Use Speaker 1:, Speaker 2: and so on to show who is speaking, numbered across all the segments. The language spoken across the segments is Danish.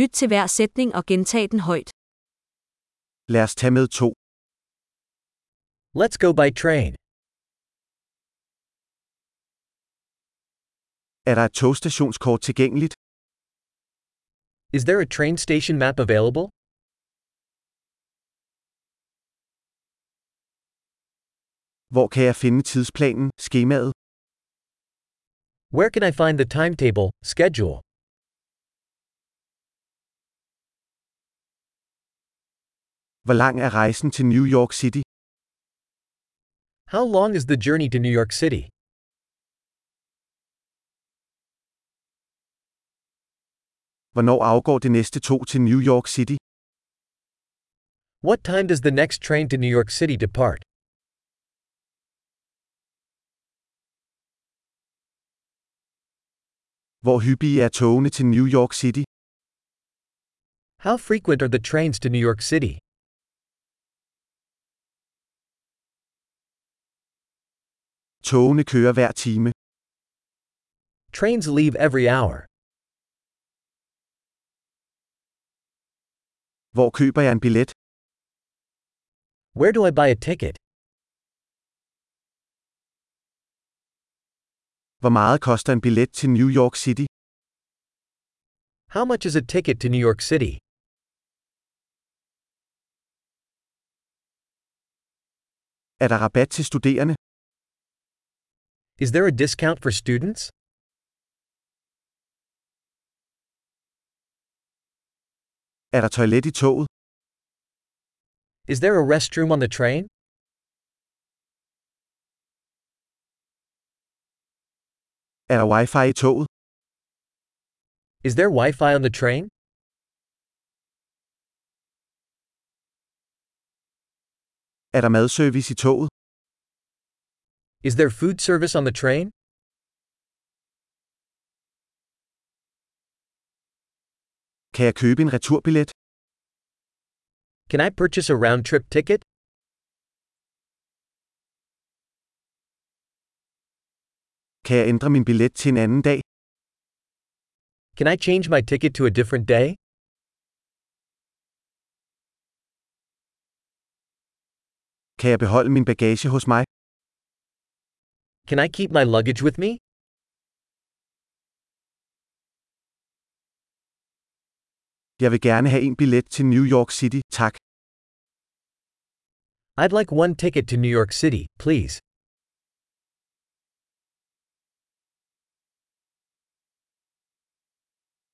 Speaker 1: Lyt til hver sætning og gentag den højt.
Speaker 2: Lad os tage med to.
Speaker 3: Let's go by train.
Speaker 2: Er der et togstationskort tilgængeligt?
Speaker 3: Is there a train station map available?
Speaker 2: Hvor kan jeg finde tidsplanen, skemaet?
Speaker 3: Where can I find the timetable, schedule?
Speaker 2: Hvor lang er rejsen til New York City?
Speaker 3: How long is the journey to New York City?
Speaker 2: Hvornår afgår det næste tog til New York City?
Speaker 3: What time does the next train to New York City depart?
Speaker 2: Hvor hyppige er togene til New York City?
Speaker 3: How frequent are the trains to New York City?
Speaker 2: Togene kører hver time.
Speaker 3: Trains leave every hour.
Speaker 2: Hvor køber jeg en billet?
Speaker 3: Where do I buy a ticket?
Speaker 2: Hvor meget koster en billet til New York City?
Speaker 3: How much is a ticket to New York City?
Speaker 2: Er der rabat til studerende?
Speaker 3: Is there a discount for students?
Speaker 2: Er der toilet i toget?
Speaker 3: Is there a restroom on the train?
Speaker 2: Er der wifi i toget?
Speaker 3: Is there Wi Fi on the train?
Speaker 2: Er der madservice i toget?
Speaker 3: Is there food service on the train?
Speaker 2: Kan jeg købe en returbillet?
Speaker 3: Can I purchase a round trip ticket?
Speaker 2: Kan jeg ændre min billet til en anden dag?
Speaker 3: Can I change my ticket to a different day?
Speaker 2: Kan jeg beholde min bagage hos mig?
Speaker 3: Can I keep my luggage with me?
Speaker 2: Jeg vil gerne have en billet til New York City, tak.
Speaker 3: I'd like one ticket to New York City, please.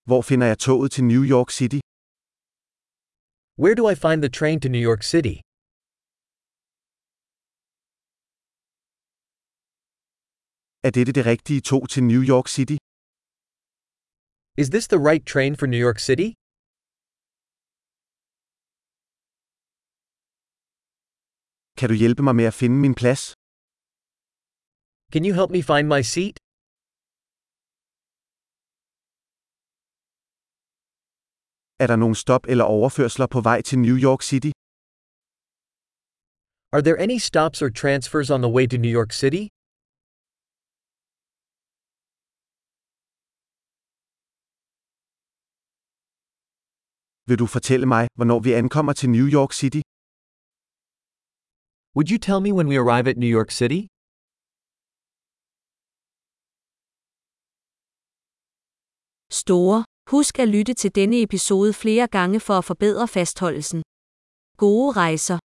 Speaker 2: Hvor finder jeg toget til New York City?
Speaker 3: Where do I find the train to New York City?
Speaker 2: Er dette det rigtige tog til New York City?
Speaker 3: Is this the right train for New York City?
Speaker 2: Kan du hjælpe mig med at finde min plads?
Speaker 3: Can you help me find my seat?
Speaker 2: Er der nogen stop eller overførsler på vej til New York City?
Speaker 3: Are there any stops or transfers on the way to New York City?
Speaker 2: Vil du fortælle mig, hvornår vi ankommer til New York City?
Speaker 3: Would you tell me when we arrive at New York City?
Speaker 1: Store. Husk at lytte til denne episode flere gange for at forbedre fastholdelsen. Gode rejser.